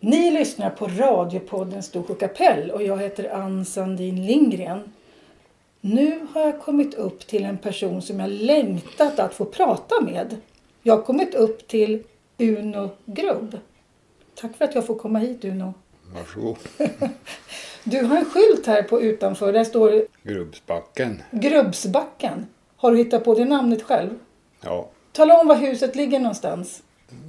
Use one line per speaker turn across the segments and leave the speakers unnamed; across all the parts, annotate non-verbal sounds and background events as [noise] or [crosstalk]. Ni lyssnar på radiopodden Storsjö kapell och jag heter Ann Sandin Lindgren. Nu har jag kommit upp till en person som jag längtat att få prata med. Jag har kommit upp till Uno Grubb. Tack för att jag får komma hit Uno.
Varsågod.
Du har en skylt här på utanför. Där står det
Grubbsbacken.
Grubbsbacken. Har du hittat på det namnet själv?
Ja.
Tala om var huset ligger någonstans.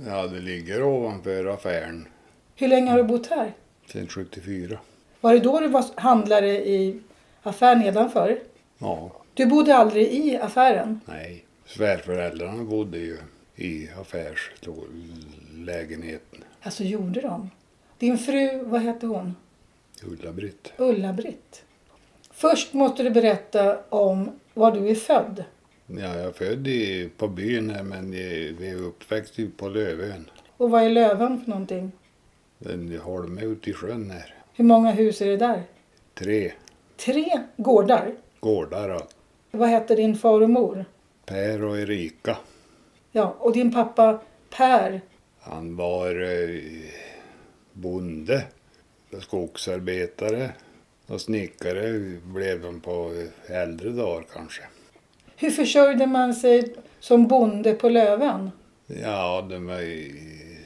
ja, det ligger ovanför affären
Hur länge har du bott här?
sedan 74.
Var det då du var handlare i affär nedanför?
Ja,
Du bodde aldrig i affären.
nej. Svärföräldrarna bodde ju i affärslägenheten.
Alltså gjorde de. Din fru, vad hette hon?
Ulla-Britt.
Ulla-Britt. Först måste du berätta om var du är född.
Ja, jag är född i, på byn här men vi vi är uppväxt i- på Lövön.
Och vad är Löven för någonting?
En holme ute i sjön här.
Hur många hus är det där?
Tre
Tre gårdar.
gårdar. då.
Vad hette din far och mor?
Per och Erika.
Ja, och din pappa Per.
Han var eh, bonde, skogsarbetare och snickare blev de på äldre dagar kanske.
Hur försörjde man sig som bonde på Löven?
Ja, de var, ju-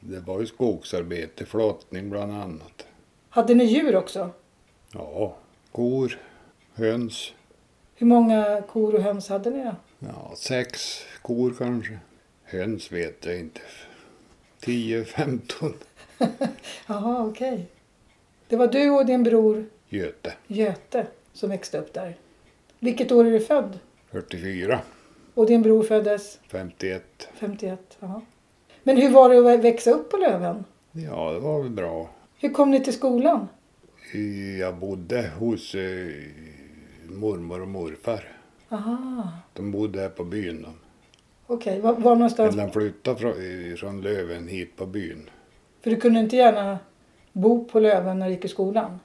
det var ju skogsarbete, flottning bland annat.
Hade ni djur också?
Ja, kor, höns,
Hur många kor och höns hade ni då?
ja, sex kor kanske. Höns vet jag inte. 10, 15.
Jaha, okej. Det var du och din bror
Göte,
Göte som växte upp där. Vilket år är du född?
44,
Och din bror föddes
51.
51? Jaha. Men hur var det att växa upp på Löven?
Ja, det var väl bra.
Hur kom ni till skolan?
Jag bodde hos eh, mormor och morfar.
Aha,
De bodde här på byn. De.
okej. Var, var någonstans?
Men de flyttade från, eh, från Löven hit på byn.
För du kunde inte gärna bo på Löven när du gick i skolan.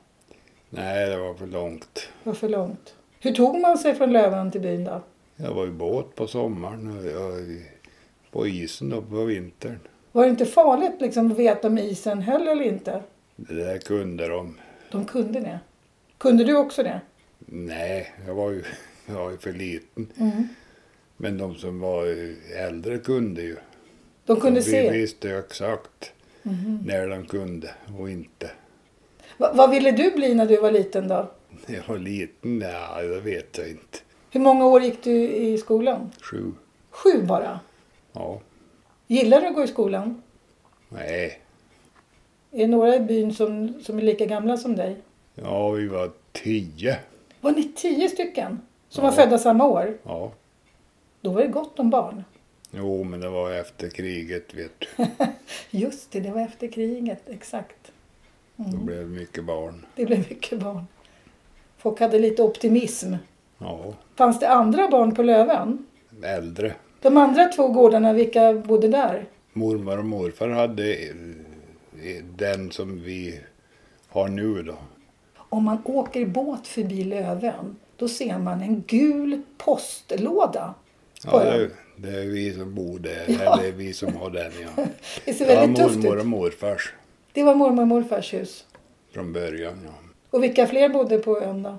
Nej, det var för långt.
Det var för långt. Hur tog man sig från Löven till byn då?
Jag var i båt på sommaren och jag, på isen då på vintern.
Var det inte farligt liksom, att veta om isen höll eller inte?
Det där kunde de.
De kunde det. Kunde du också det?
Nej, jag var ju, [laughs] jag var ju för liten.
Mm.
Men de som var eh, äldre kunde ju.
De kunde
vi
se. Mhm.
visste ju exakt när de kunde och inte.
Va, vad ville du bli när du var liten då?
När jag var liten, nej, det vet jag inte.
Hur många år gick du i skolan?
Sju.
Sju bara.
Ja.
Gillar du att gå i skolan?
Nej.
Är det några i byn som, som är lika gamla som dig?
Ja, vi var tio.
Var ni tio stycken som
Ja.
var födda samma år?
Ja.
Då var det gott om barn.
Jo, men det var efter kriget, vet du.
Just det, det var efter kriget. Exakt.
Då
Mm.
blev det mycket barn.
Det blev mycket barn. Folk hade lite optimism.
Ja.
Fanns det andra barn på Löven?
Äldre.
De andra två gårdarna, vilka bodde där?
Mormor och morfar hade eh, den som vi har nu då.
Om man åker båt förbi Löven, då ser man en gul postlåda.
Ja,
Oj.
det, är- det är vi som bor där.
Ja.
Eller vi som har den, ja.
[laughs] Det ser
Det var
väldigt tufft
mormor och
ut.
morfars
Det var mormor och morfars hus.
från början, ja.
Och vilka fler bodde på ön då?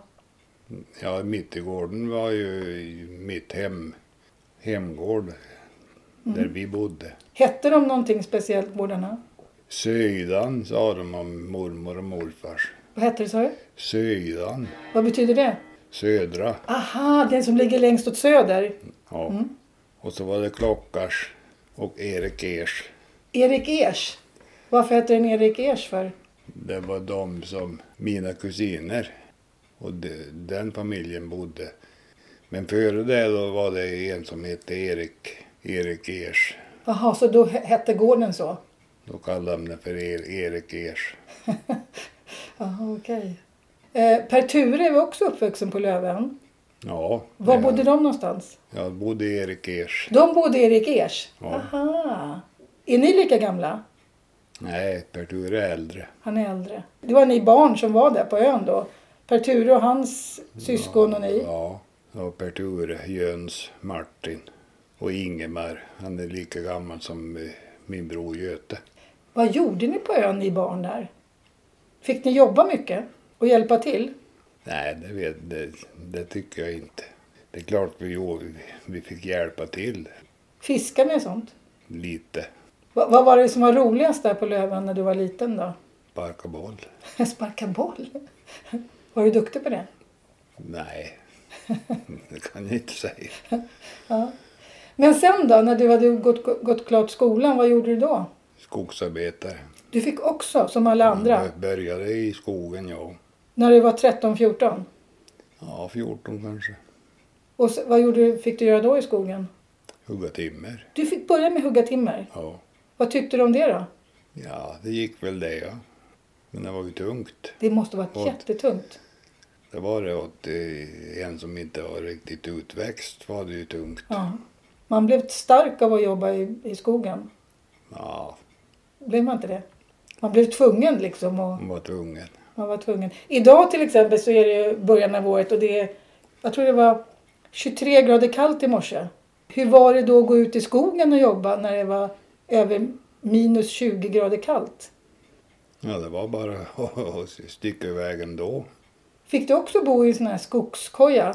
Ja, Mittegården var ju mitt hem, hemgård.
Mm.
Där vi bodde.
Hette de någonting speciellt, gårdarna?
Söjdan sa de om mormor och morfars.
Vad hette det, sa du?
Söjdan,
Vad betyder det?
södra.
Aha, den som ligger längst åt söder.
Ja.
Mm.
Och så var det Klockars och Erik Ers.
Erik Ers. Varför heter den Erik Ers för?
Det var de som mina kusiner och de, den familjen bodde. Men före det då var det en som hette Erik, Erik Ers.
Jaha, så då he- hette gården så?
Då kallade de den för er, Erik Ers.
Jaha, okej. Eh, per Ture var också uppvuxen på Löven.
Ja,
Var
jag,
bodde de någonstans?
jag bodde i Erik Ers.
De bodde i Erik Ers?
Ja.
Aha. Är ni lika gamla?
Nej, Pertur är äldre.
Han är äldre. Det var ni barn som var där på ön då? Per Ture och hans syskon och ni?
Ja, och Perture, Jöns, Martin och Ingemar. Han är lika gammal som eh, min bror Göte.
Vad gjorde ni på ön, ni barn där? Fick ni jobba mycket och hjälpa till?
Nej, det, vet, det, det tycker jag inte. Det är klart vi, gjorde- vi fick hjälpa till
Fiskade ni och sånt?
lite.
Va, vad var det som var roligast där på Löven när du var liten då? [laughs]
Sparka boll?
Sparka boll? [laughs] Var du duktig på det?
Nej, det kan jag inte säga.
Men sen då, när du hade gått, gått klart skolan, vad gjorde du då?
Skogsarbetare.
Du fick också, som alla andra,
Jag började i skogen, ja.
när du var 13-14.
Ja, 14 kanske.
Och så, vad gjorde, du- fick du göra då i skogen?
Hugga timmer.
Du fick börja med hugga timmer.
Ja.
Vad tyckte du om det då?
ja, det gick väl det, ja. Men det var ju tungt.
Det måste varit
Hårt.
jättetungt.
Det var det åt eh, en som inte var riktigt utväxt var det ju tungt.
Ja. Man blev stark av att jobba i, i skogen.
Ja,
Blev man inte det? Man blev tvungen liksom. Och
hon var tvungen.
man var tvungen. Idag till exempel så är det ju början av året och det är, jag tror det var 23 grader kallt i morse. Hur var det då att gå ut i skogen och jobba när det var över minus 20 grader kallt?
Ja, det var bara [laughs] att sticka iväg ändå.
Fick du också bo i en sån här skogskoja?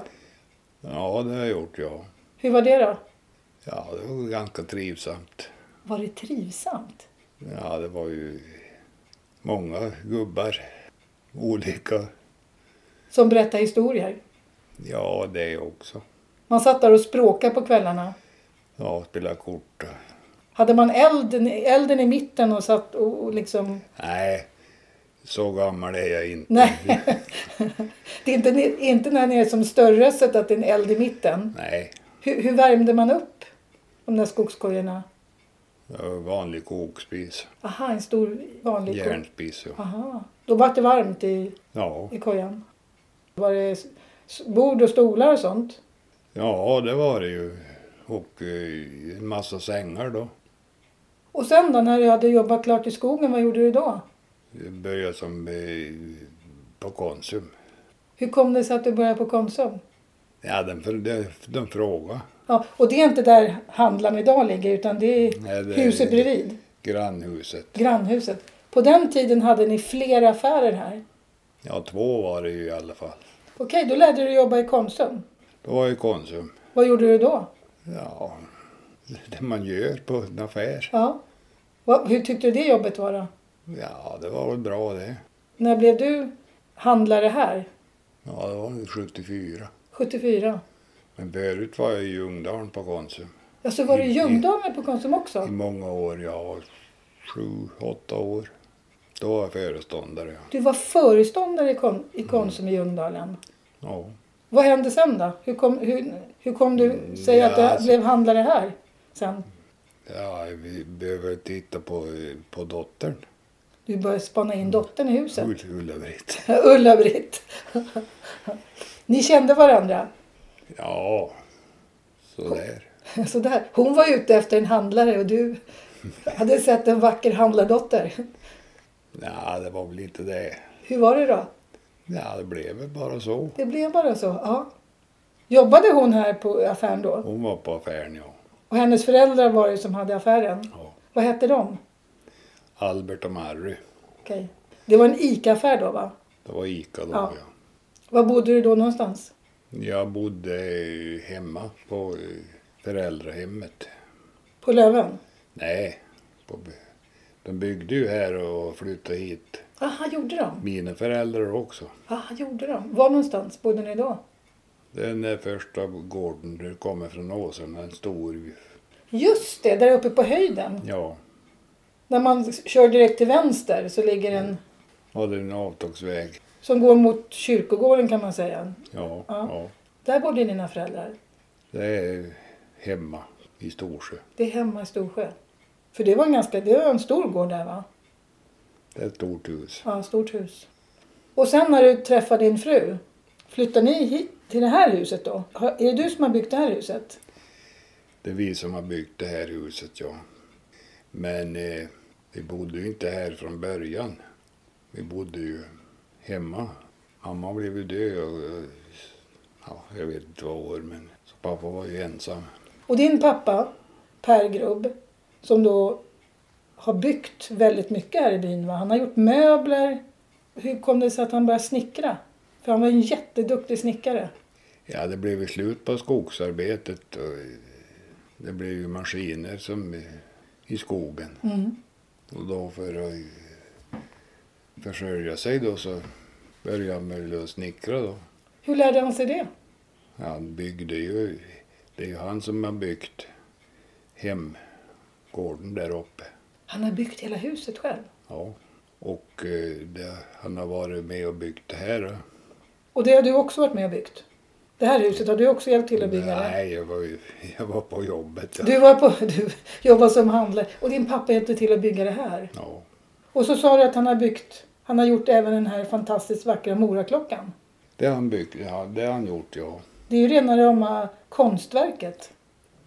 Ja, det har jag gjort, ja.
Hur var det då?
Ja, det var ganska trivsamt.
Var det trivsamt?
Ja, det var ju många gubbar. Olika.
Som berättar historier.
Ja, det också.
Man satt där och språkade på kvällarna.
Ja, spela kort.
Hade man elden, elden i mitten och satt och, och liksom...
Nej, så gammal är jag inte.
Nej. [laughs] det är inte, inte när ni är som störröset att det är en eld i mitten.
Nej,
Hur, hur värmde man upp de där skogskojorna?
det var vanlig kokspis.
Aha, en stor vanlig ko-
Järnspis, ja.
Aha. Då var det varmt i,
Ja,
i kojan. Var det s- s- bord och stolar och sånt?
ja det var det ju. Och eh, en massa sängar då.
Och sen då när du hade jobbat klart i skogen, vad gjorde du då?
Jag började som eh, på Konsum.
Hur kom det sig att du började på Konsum?
Ja, den, för- de, de frågade.
Ja, och det är inte där handlaren idag ligger utan det är
Nej, det är-
huset bredvid,
Grannhuset.
grannhuset. På den tiden hade ni fler affärer här.
Ja, två var det ju i alla fall.
Okej, då lärde du dig jobba i Konsum.
Då var ju Konsum.
Vad gjorde du då?
Ja, det man gör på en affär.
Ja. Va- Hur tyckte du det jobbet var då?
Ja, det var väl bra det.
När blev du handlare här?
Ja, det var ju 74.
74?
Men förut var jag i Ljungdalen på Konsum.
Ja, så Alltså, var du i
I- i-
Ljungdalen på Konsum också?
I många år, ja, sju, åtta år. Då var jag föreståndare. ja.
Du var föreståndare i, kon- i Konsum i Ljungdalen.
Ja.
Vad hände sen då? Hur kom, hur, hur kom du säga
ja,
att du
alltså-
blev handlare här sen?
ja, vi behöver titta på, på dottern.
Du började spana in dottern i huset.
Ull- Ulla-Britt.
[laughs] Ulla-Britt. Ni kände varandra.
Ja, sådär.
[laughs] Sådär. Hon var ute efter en handlare och du hade sett en vacker handlardotter.
Ja, det var väl inte det.
Hur var det då?
Ja, det blev väl bara så.
Det blev bara så. Ja. Jobbade hon här på affären då?
Hon var på affären, ja.
Och hennes föräldrar var det som hade affären.
ja.
Vad hette de?
Albert och Mary.
Okej. Det var en ICA-affär då va?
Det var Ica då,
Ja.
ja.
Var bodde du då någonstans?
Jag bodde eh, hemma på eh, föräldrahemmet.
På Löven?
Nej, på, by- de byggde ju här och flyttade hit.
Aha, gjorde de?
Mina föräldrar också.
Aha, gjorde de? Var någonstans bodde ni då?
Den där första gården du kommer från Åsarna, en stor...
Just det, där uppe på höjden.
Ja,
När man kör direkt till vänster så ligger en
hade en avtagsväg.
som går mot kyrkogården kan man säga.
Ja,
Ja.
ja.
Där bodde dina föräldrar.
Det är hemma i Storsjö.
Det är hemma i Storsjö. För det var en ganska, det var en stor gård där va?
Det är ett stort hus.
Ja, stort hus. Och sen när du träffade din fru, flyttade ni hit till det här huset då? Har- Är det du som har byggt det här huset?
Det är vi som har byggt det här huset, ja. Men eh, vi bodde ju inte här från början. Vi bodde ju hemma. Mamma blev ju död och, eh, ja, jag vet inte vad år, men så pappa var ju ensam.
Och din pappa, Per Grubb, som då har byggt väldigt mycket här i byn. Va? Han har gjort möbler. Hur kom det sig att han började snickra? För han var en jätteduktig snickare.
Ja, det blev ju slut på skogsarbetet och det blev ju maskiner som i- i skogen.
Mm.
Och då för att försörja sig då så började han väl att snickra då.
Hur lärde han sig det?
Han byggde ju, det är ju han som har byggt hemgården där uppe.
Han har byggt hela huset själv.
Ja. Och eh, det, han har varit med och byggt det här. då.
Och det har du också varit med och byggt? Det här huset har du också hjälpt till att bygga? eller?
Nej, jag var, ju, [laughs] jag var på jobbet. då.
Du, var på, [laughs] du jobbade som handlare och din pappa hjälpte till att bygga det här.
Ja.
Och så sa du att han har byggt, han har gjort även den här fantastiskt vackra Moraklockan.
Det har han byggt, ja, det har han gjort ja.
Det är ju rena rama konstverket.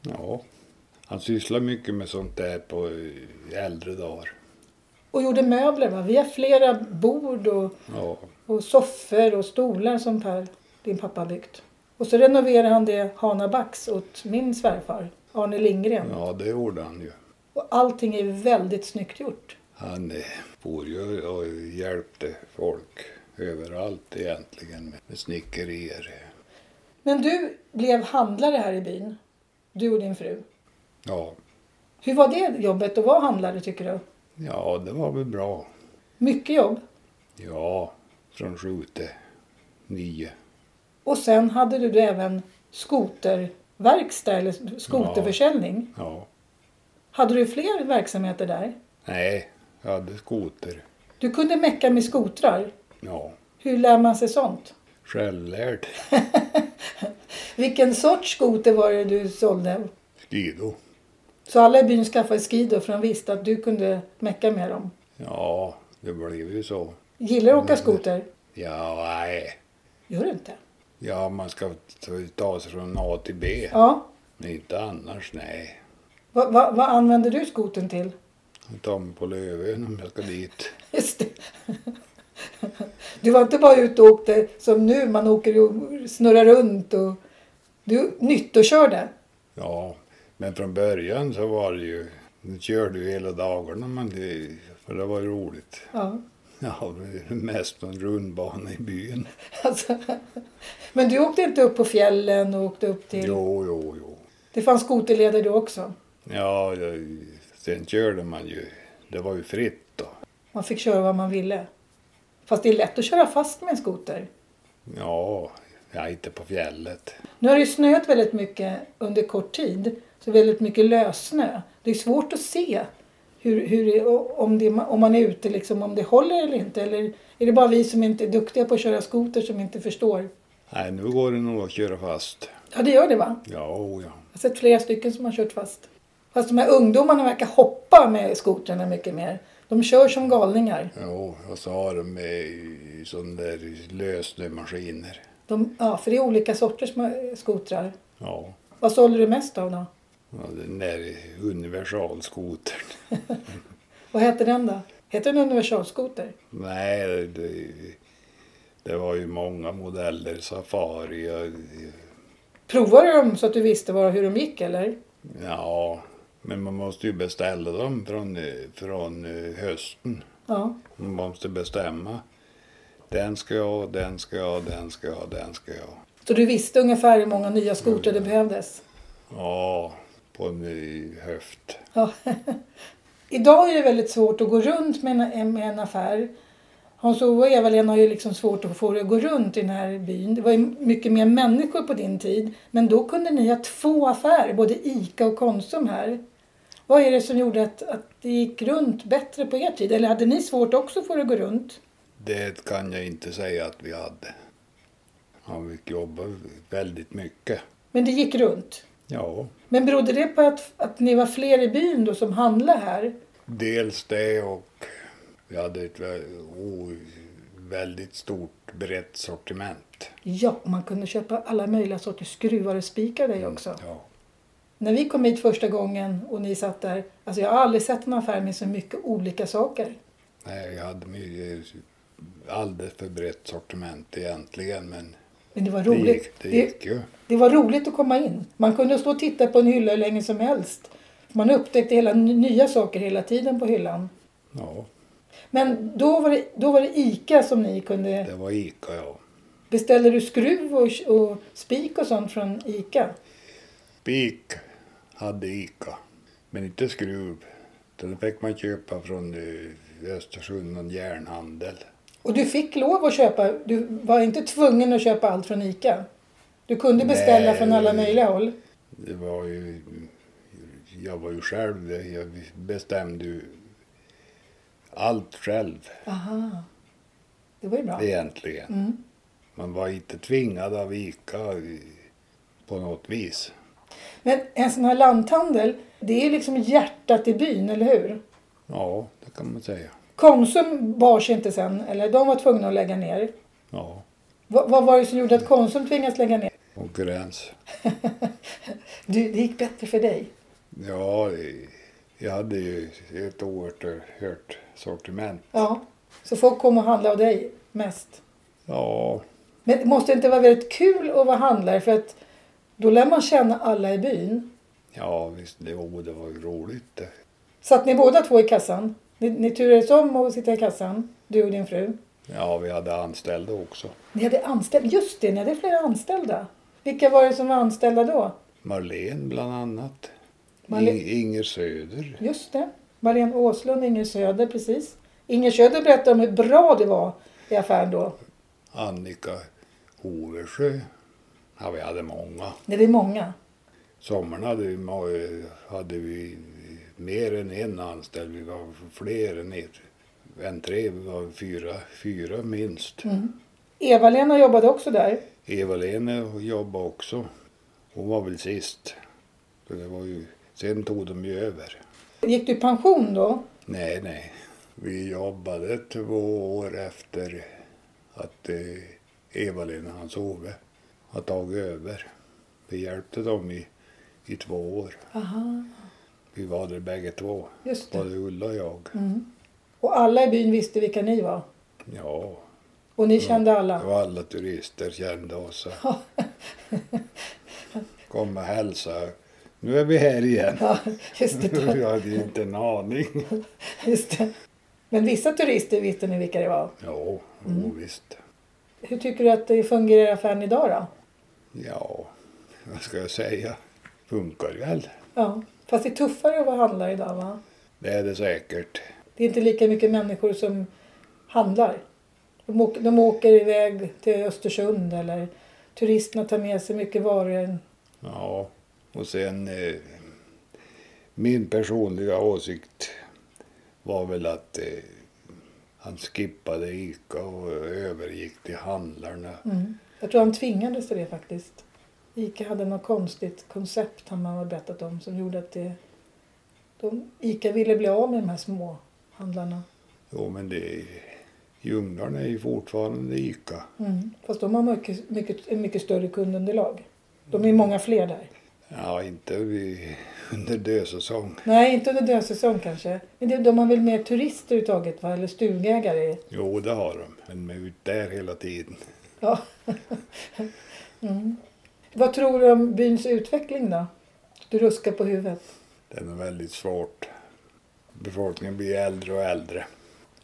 Ja. Han sysslar mycket med sånt där på eh, äldre dagar.
Och gjorde möbler va? Vi har flera bord och,
Ja.
och soffor och stolar som Per, din pappa har byggt. Och så renoverade han det Hanabacks åt min svärfar, Arne Lindgren.
ja, det gjorde han ju.
Och allting är väldigt snyggt gjort.
Han eh, for ju och hjälpte folk överallt egentligen med- med snickerier.
Men du blev handlare här i byn, du och din fru.
Ja,
Hur var det jobbet att vara handlare tycker du?
ja det var väl bra.
Mycket jobb.
Ja, från sju till nio.
Och sen hade du även skoterverkstad eller skoterförsäljning.
Ja.
Hade du fler verksamheter där?
Nej, jag hade skoter.
Du kunde mecka med skotrar.
Ja,
Hur lär man sig sånt?
självlärd.
Vilken sorts skoter var det du sålde?
Skido.
Så alla i byn skaffade skidor för de visste att du kunde mecka med dem.
Ja, det blev ju så.
Gillar du att åka skoter?
Ja, nej.
Gör du inte?
Ja, man ska ta- ta sig från A till B.
Ja.
Men inte annars, nej.
Va, va, vad använder du skoten till?
Jag tar mig på Lövön om jag ska dit.
Just det. Du var inte bara ute och åkte som nu, man åker och snurrar runt och du nyttokörde.
Ja, men från början så var det ju... Nu körde ju hela dagarna, men det, för det var ju roligt. [laughs]
Ja.
Ja, mest på en rundbana i byn.
Alltså. Men du åkte inte upp på fjällen och åkte upp till...
Jo, jo, jo.
Det fanns skoterleder då också.
Ja, jag, sen körde man ju. Det var ju fritt då.
Man fick köra vad man ville. Fast det är lätt att köra fast med en skoter.
Ja, ja inte på fjället.
Nu har det ju snöat väldigt mycket under kort tid. Så väldigt mycket lössnö. Det är svårt att se hur, hur det, om, det, om man är ute, liksom, om det håller eller inte. Eller är det bara vi som inte är duktiga på att köra skoter som inte förstår?
Nej, nu går det nog att köra fast.
Ja, det gör det va?
Ja, o ja.
Jag har sett flera stycken som har kört fast. Fast de här ungdomarna verkar hoppa med skotrarna mycket mer. De kör som galningar.
Jo, och så har de eh, sån där lösnömaskiner.
De, ja, för det är olika sorters ma- skotrar.
Ja,
Vad sålde du mest av då?
och den där universalskotern.
Vad heter den då? Heter den universalskoter?
Nej, det, det var ju många modeller. Safari eh, och...
Provade du dem så att du visste var, hur de gick eller?
Ja, men man måste ju beställa dem från, eh, från eh, hösten.
Ja.
Man måste bestämma. Den ska jag ha, den ska jag ha, den ska jag ha, den ska jag ha.
Så du visste ungefär hur många nya skotrar det behövdes?
Ja, på en eh, höft.
Ja. Idag är det väldigt svårt att gå runt med en, med en affär. Hans-Ove och Eva-Lena har ju liksom svårt att få det att gå runt i den här byn. Det var ju mycket mer människor på din tid. Men då kunde ni ha två affärer, både ICA och Konsum här. Vad är det som gjorde att, att det gick runt bättre på er tid? Eller hade ni svårt också för att gå runt?
Det kan jag inte säga att vi hade. Han fick jobba väldigt mycket.
Men det gick runt.
Ja,
Men berodde det på att, att ni var fler i byn då som handlade här?
dels det och vi hade ett vä- o- väldigt stort brett sortiment.
Ja, och man kunde köpa alla möjliga sorters skruvar och spikar där
Mm.
också.
Ja.
När vi kom hit första gången och ni satt där, alltså jag har aldrig sett en affär med så mycket olika saker.
Nej, jag hade mycket, alldeles för brett sortiment egentligen men
Men det var
det
roligt.
gick, det gick ju.
det var roligt att komma in. Man kunde stå och titta på en hylla hur länge som helst. Man upptäckte hela nya saker hela tiden på hyllan.
Ja,
Men då var det, då var det ICA som ni kunde...
det var Ica ja.
Beställde du skruv och, och spik och sånt från ICA?
Spik hade Ica, men inte skruv. Den fick man köpa från eh, Östersund, någon järnhandel.
Och du fick lov att köpa, du var inte tvungen att köpa allt från ICA? Du kunde beställa
Nej.
från alla möjliga håll?
Det var ju, jag var ju själv, jag bestämde ju allt själv
Aha. Det var ju bra.
egentligen.
Mm.
Man var inte tvingad av Ica i- på något vis.
Men en sån här lanthandel, det är liksom hjärtat i byn, eller hur?
Ja, det kan man säga.
Konsum bars inte sen, eller de var tvungna att lägga ner.
Ja,
Vad, vad var det som gjorde att Konsum tvingades lägga ner?
konkurrens.
Du, det gick bättre för dig.
Ja, jag hade ju ett oerhört sortiment.
Ja. Så folk kom och handlade av dig mest.
Ja,
Men det måste inte vara väldigt kul att vara handlare för att då lär man känna alla i byn.
ja visst, det, oh, det var ju roligt det.
Satt ni båda två i kassan? Ni, ni turades om att sitta i kassan, du och din fru.
Ja, vi hade anställda också.
Ni hade anställda, just det, ni hade flera anställda. Vilka var det som var anställda då?
Marlene bland annat.
Marlene-
Ing- Inger Söder.
Just det, Marlene Åslund, Inger Söder, precis. Inger Söder berättade om hur bra det var i affären då.
Annika Hoversjö. Ja, vi hade många.
Nej, det är många.
Sommaren hade vi, ma- hade vi mer än en anställd. Vi var fler än ett. En tre, vi var fyra, fyra minst.
Eva-Lena jobbade också där.
Eva-Lena jobbade också. Hon var väl sist. För det var ju, sen tog de ju över.
Gick du i pension då?
Nej, nej. Vi jobbade två år efter att eh, Eva-Lena, hans Ove, har tagit över. Vi hjälpte dem i, i två år.
Aha,
Vi var där bägge två,
just det.
både Ulla och jag.
Mm. Och alla i byn visste vilka ni var?
Ja,
Och ni
Ja,
kände
det
alla?
var alla turister kände oss. Kom och hälsa. Nu är vi här igen. [laughs]
Ja, just det.
Jag hade ju inte en aning.
Just det. Men vissa turister visste ni vilka det var.
Ja, visst.
Hur tycker du att det fungerar i affären idag då?
Ja, vad ska jag säga? Funkar väl.
Ja, fast det är tuffare att vara handlare idag va?
Det är det säkert.
Det är inte lika mycket människor som handlar. De åker, de åker iväg till Östersund eller turisterna tar med sig mycket varor.
Ja, och sen eh, min personliga åsikt var väl att eh, han skippade Ica och övergick till handlarna.
Mm. Jag tror han tvingades till det faktiskt. Ica hade något konstigt koncept han har berättat om som gjorde att det, de, Ica ville bli av med de här små handlarna.
Jo, men det Ljungarna är ju fortfarande Ica.
Mm. Fast de har mycket, mycket, en mycket större kundunderlag. De är många fler där.
Ja, inte vi, [laughs] under dödsäsong.
Nej, inte under dödsäsong kanske. Men det, de har väl mer turister överhuvudtaget, va? eller stugägare?
Jo, det har de. Men de är ute där hela tiden.
Ja. mm. Vad tror du om byns utveckling då? Du ruskar på huvudet.
Det är nog väldigt svårt. Befolkningen blir äldre och äldre.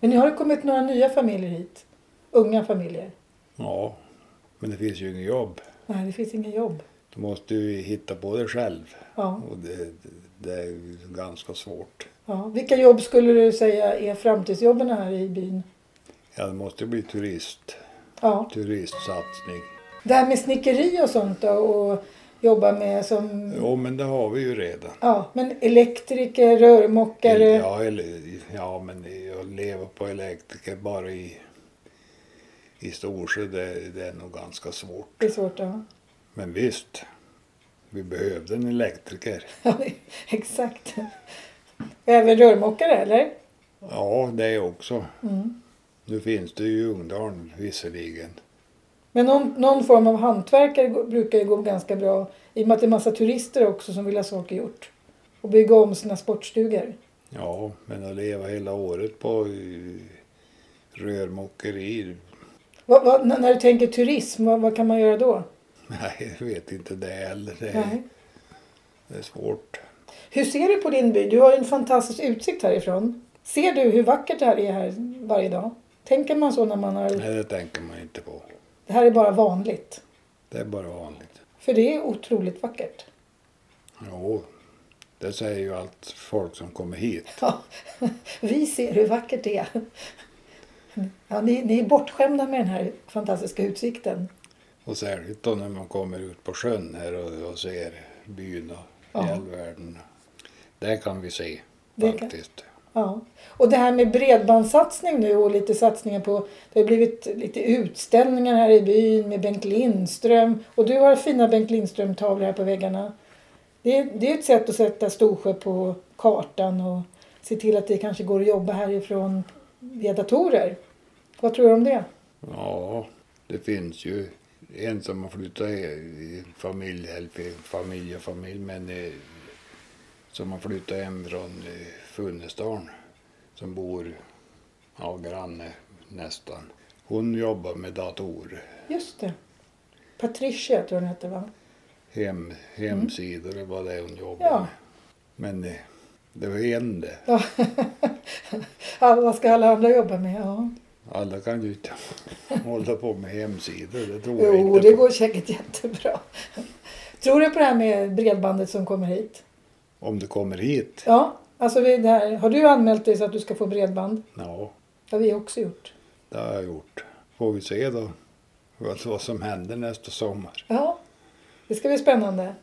Men nu har det kommit några nya familjer hit. Unga familjer.
Ja, men det finns ju inget jobb.
Nej, det finns inga jobb.
Du måste ju hitta på det själv.
Ja,
Och det, det, det är ju ganska svårt.
ja. Vilka jobb skulle du säga är framtidsjobben här i byn?
Ja, det måste bli turist,
Ja.
turistsatsning.
Det här med snickeri och sånt då och jobba med som...
Jo, men det har vi ju redan.
Ja, men elektriker, rörmokare.
Ja, eller, ja, men jag lever på elektriker bara i, i Storsjö, det, det är nog ganska svårt.
Det är svårt, ja.
Men visst, vi behövde en elektriker.
Ja, [laughs] Exakt. Även rörmokare, eller?
Ja, det också.
Mm.
Nu finns det ju i Ungdalen visserligen.
Men någon, någon form av hantverkare går- brukar ju gå ganska bra i och med att det är massa turister också som vill ha saker gjort. Och bygga om sina sportstugor.
Ja, men att leva hela året på eh, rörmokeri, [laughs]
Vad, vad, n- när du tänker turism, vad, vad kan man göra då?
Eh. nej, jag vet inte det heller. Det är,
Nej.
det är svårt.
Hur ser du på din by? Du har ju en fantastisk utsikt härifrån. Ser du hur vackert det här är här varje dag? Tänker man så när man har...
Nej, det tänker man inte på.
Det här är bara vanligt.
Det är bara vanligt.
För det är otroligt vackert.
Jo, det säger ju allt folk som kommer hit.
Ja, vi ser hur vackert det är. Ja, ni, ni är bortskämda med den här fantastiska utsikten.
Och särskilt då när man kommer ut på sjön här och, och ser byn och
Ja.
fjällvärlden. Där kan vi se
Det kan-
faktiskt.
Ja. Och det här med bredbandssatsning nu och lite satsningar på... Det har blivit lite utställningar här i byn med Bengt Lindström. Och du har fina Bengt Lindström-tavlor här på väggarna. Det, är- det är ett sätt att sätta Storsjö på kartan och se till att det kanske går att jobba härifrån via datorer. Vad tror du om det?
Ja, det finns ju en som har flyttat i- i familj, eller f- familj och familj, men eh, som har flyttat hem från eh, Funäsdalen som bor, ja, granne nästan. Hon jobbar med datorer,
Just det. Patricia tror jag hon hette va?
hem, hemsidor mm. vad det är hon jobbar
Ja.
med. Men eh, det var en det.
Ja. Alla- Vad ska alla andra jobba med? Ja.
Alla kan ju inte [laughs] hålla på med hemsidor, det tror jag
Jo,
inte.
det
på.
går säkert jättebra. Tror du på det här med bredbandet som kommer hit?
Om det kommer hit,
Ja, alltså vi det här. Har du anmält dig så att du ska få bredband?
ja.
Det har vi också gjort.
Det har jag gjort. Får vi se då vad, vad som händer nästa sommar.
Ja, det ska bli spännande.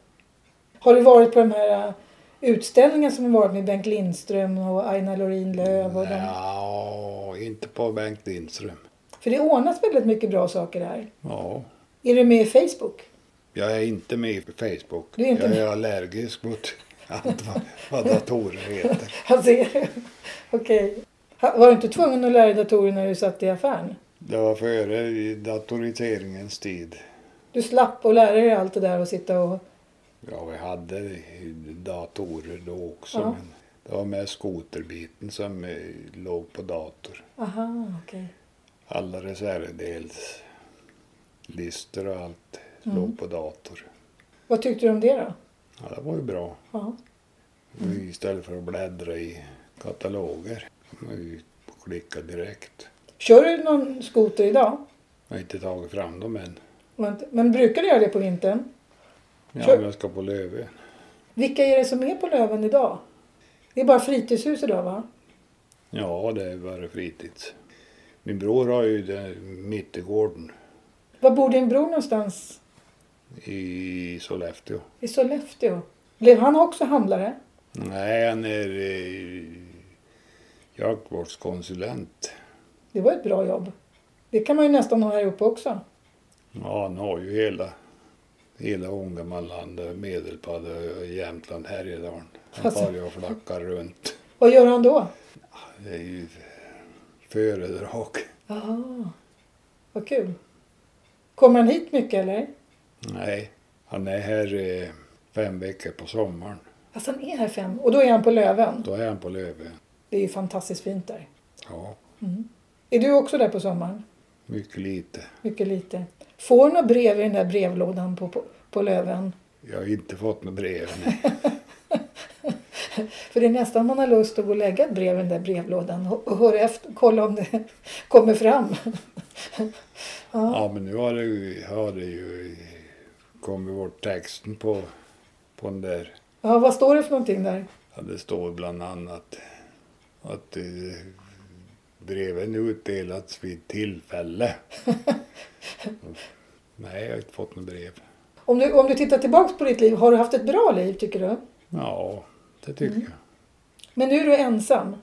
Har du varit på de här äh, utställningarna som har varit med Bengt Lindström och Aina Lorin Lööf? Och de?
Ja, inte på Bengt Lindström.
För det ordnas väldigt mycket bra saker här.
Ja,
Är du med i Facebook? [laughs]
jag är inte med på Facebook.
Du är inte
jag
med.
är allergisk mot [laughs] allt vad, vad datorer heter.
Alltså, är du- Okej. Ha- Var du inte tvungen att lära dig datorer när du satt i affären?
Det var före i datoriseringens tid.
Du slapp att lära dig allt det där och sitta och...
Ja, vi hade datorer då också.
Ja.
Men det var med skoterbiten som eh, låg på dator.
Aha, okej.
Alla reservdelslistor och allt
Mm.
låg på dator.
Vad tyckte du om det då?
Ja, det var ju bra.
Ja. Mm.
Istället för att bläddra i kataloger. Man ju klicka direkt.
Kör du någon skoter idag?
Jag har inte tagit fram dem än.
Men- Men brukar du göra det på vintern?
Ja,
Kör.
men jag ska på Lövön.
Vilka är det som är på Löven idag? Det är bara fritidshus idag va?
Ja, det är bara fritids. Min bror har ju den mittegården
Var bor din bror någonstans?
i Sollefteå.
I Sollefteå. Blev han också handlare?
Nej, han är eh, jaktvårdskonsulent.
Det var ett bra jobb. Det kan man ju nästan ha här uppe också.
Ja, han har ju hela, hela Ångermanland, Medelpad och Jämtland, Härjedalen. Han
Alltså.
far ju och flackar runt.
Vad gör han då?
Det är ju föredrag.
Aha. Vad kul. Kommer han hit mycket eller?
Nej, han är här eh, fem veckor på sommaren.
Alltså han är här fem och då är han på Löven.
Då är han på Lövön.
Det är ju fantastiskt fint där.
Ja,
Är du också där på sommaren?
mycket lite.
Mycket lite. Får du några brev i den där brevlådan på, på, på Löven?
Jag har inte fått något brev.
För det är nästan man har lust att gå och lägga ett brev i den där brevlådan och, och höra efter, kolla om det [laughs] kommer fram.
Ja, men nu har det ju, har det ju kommit bort texten på, på den där.
Ja, vad står det för någonting där?
Ja, det står bland annat att eh, breven utdelats vid tillfälle. Nej, jag har inte fått något brev.
Om du, om du tittar tillbaks på ditt liv, har du haft ett bra liv tycker du?
Ja, det tycker jag.
Men nu är du ensam.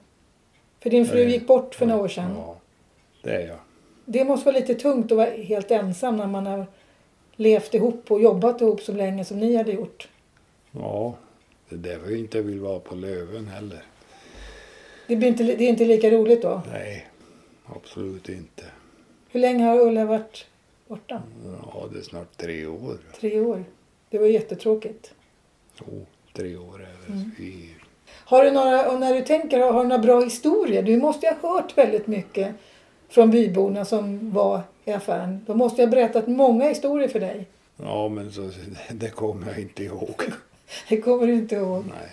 För din fru
Ja,
gick bort för några år sedan.
Ja, det är jag.
Det måste vara lite tungt att vara helt ensam när man har levt ihop och jobbat ihop så länge som ni hade gjort.
Ja, det är därför jag inte vill vara på Löven heller.
Det, blir inte, det är inte lika roligt då.
Nej, absolut inte.
Hur länge har Ulla varit borta?
Ja, det är snart tre år.
Tre år. Det var jättetråkigt.
Jo, tre år är det. I,
Har du några, och när du tänker, har du några bra historier? Du måste ju ha hört väldigt mycket från byborna som var i affären. De måste ju ha berättat många historier för dig.
[laughs] ja, men så, det kommer jag inte ihåg.
Det kommer du inte ihåg.
[laughs] Nej,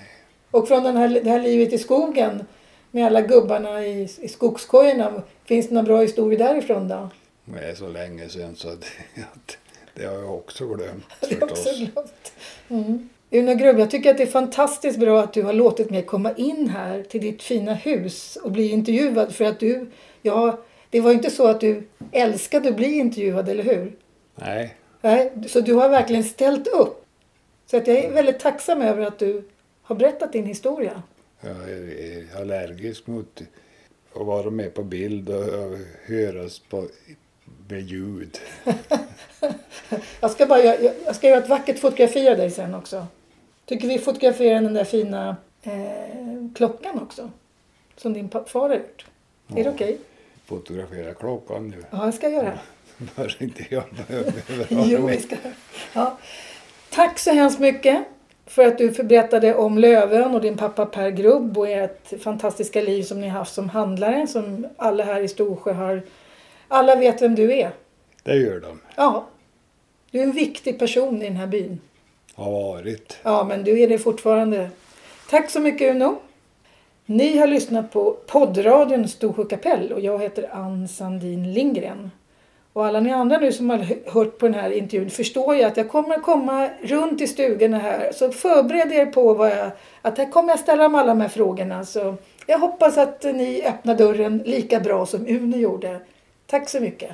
Och från den här, det här livet i skogen med alla gubbarna i, i skogskojorna. Finns det några bra historier därifrån då?
Det är så länge sedan så att, [laughs] att det har jag också glömt [laughs]
Det är också
förstås.
glömt. Mm. Una Grubb, jag tycker att det är fantastiskt bra att du har låtit mig komma in här till ditt fina hus och bli intervjuad för att du, ja, det var ju inte så att du älskade att bli intervjuad, eller hur?
Nej,
Nej, så du har verkligen ställt upp. Så att jag
Mm.
är väldigt tacksam över att du har berättat din historia.
jag är, är allergisk mot att vara med på bild och, och höras på, med ljud.
Jag ska, bara, jag, jag ska göra ett vackert fotografi av dig sen också. Tycker vi fotograferar den där fina eh, klockan också. Som din pa- far har gjort. Är det
Ja.
okej?
Fotografera klockan nu.
Ja, jag ska göra.
Bara inte jag behöver vara
Jo, vi
med.
ska. Ja. Tack så hemskt mycket för att du berättade om Lövön och din pappa Per Grubb och ert fantastiska liv som ni haft som handlare som alla här i Storsjö har. Alla vet vem du är.
Det gör de.
Ja. Du är en viktig person i den här byn.
Har varit.
Ja, men du är det fortfarande. Tack så mycket Uno. Ni har lyssnat på poddradion Storsjö kapell och jag heter Ann Sandin Lindgren. Och alla ni andra nu som har h- hört på den här intervjun förstår ju att jag kommer att komma runt i stugorna här. Så förbered er på vad jag, att här kommer jag ställa om alla de här frågorna. Så jag hoppas att ni öppnar dörren lika bra som Uno gjorde. Tack så mycket.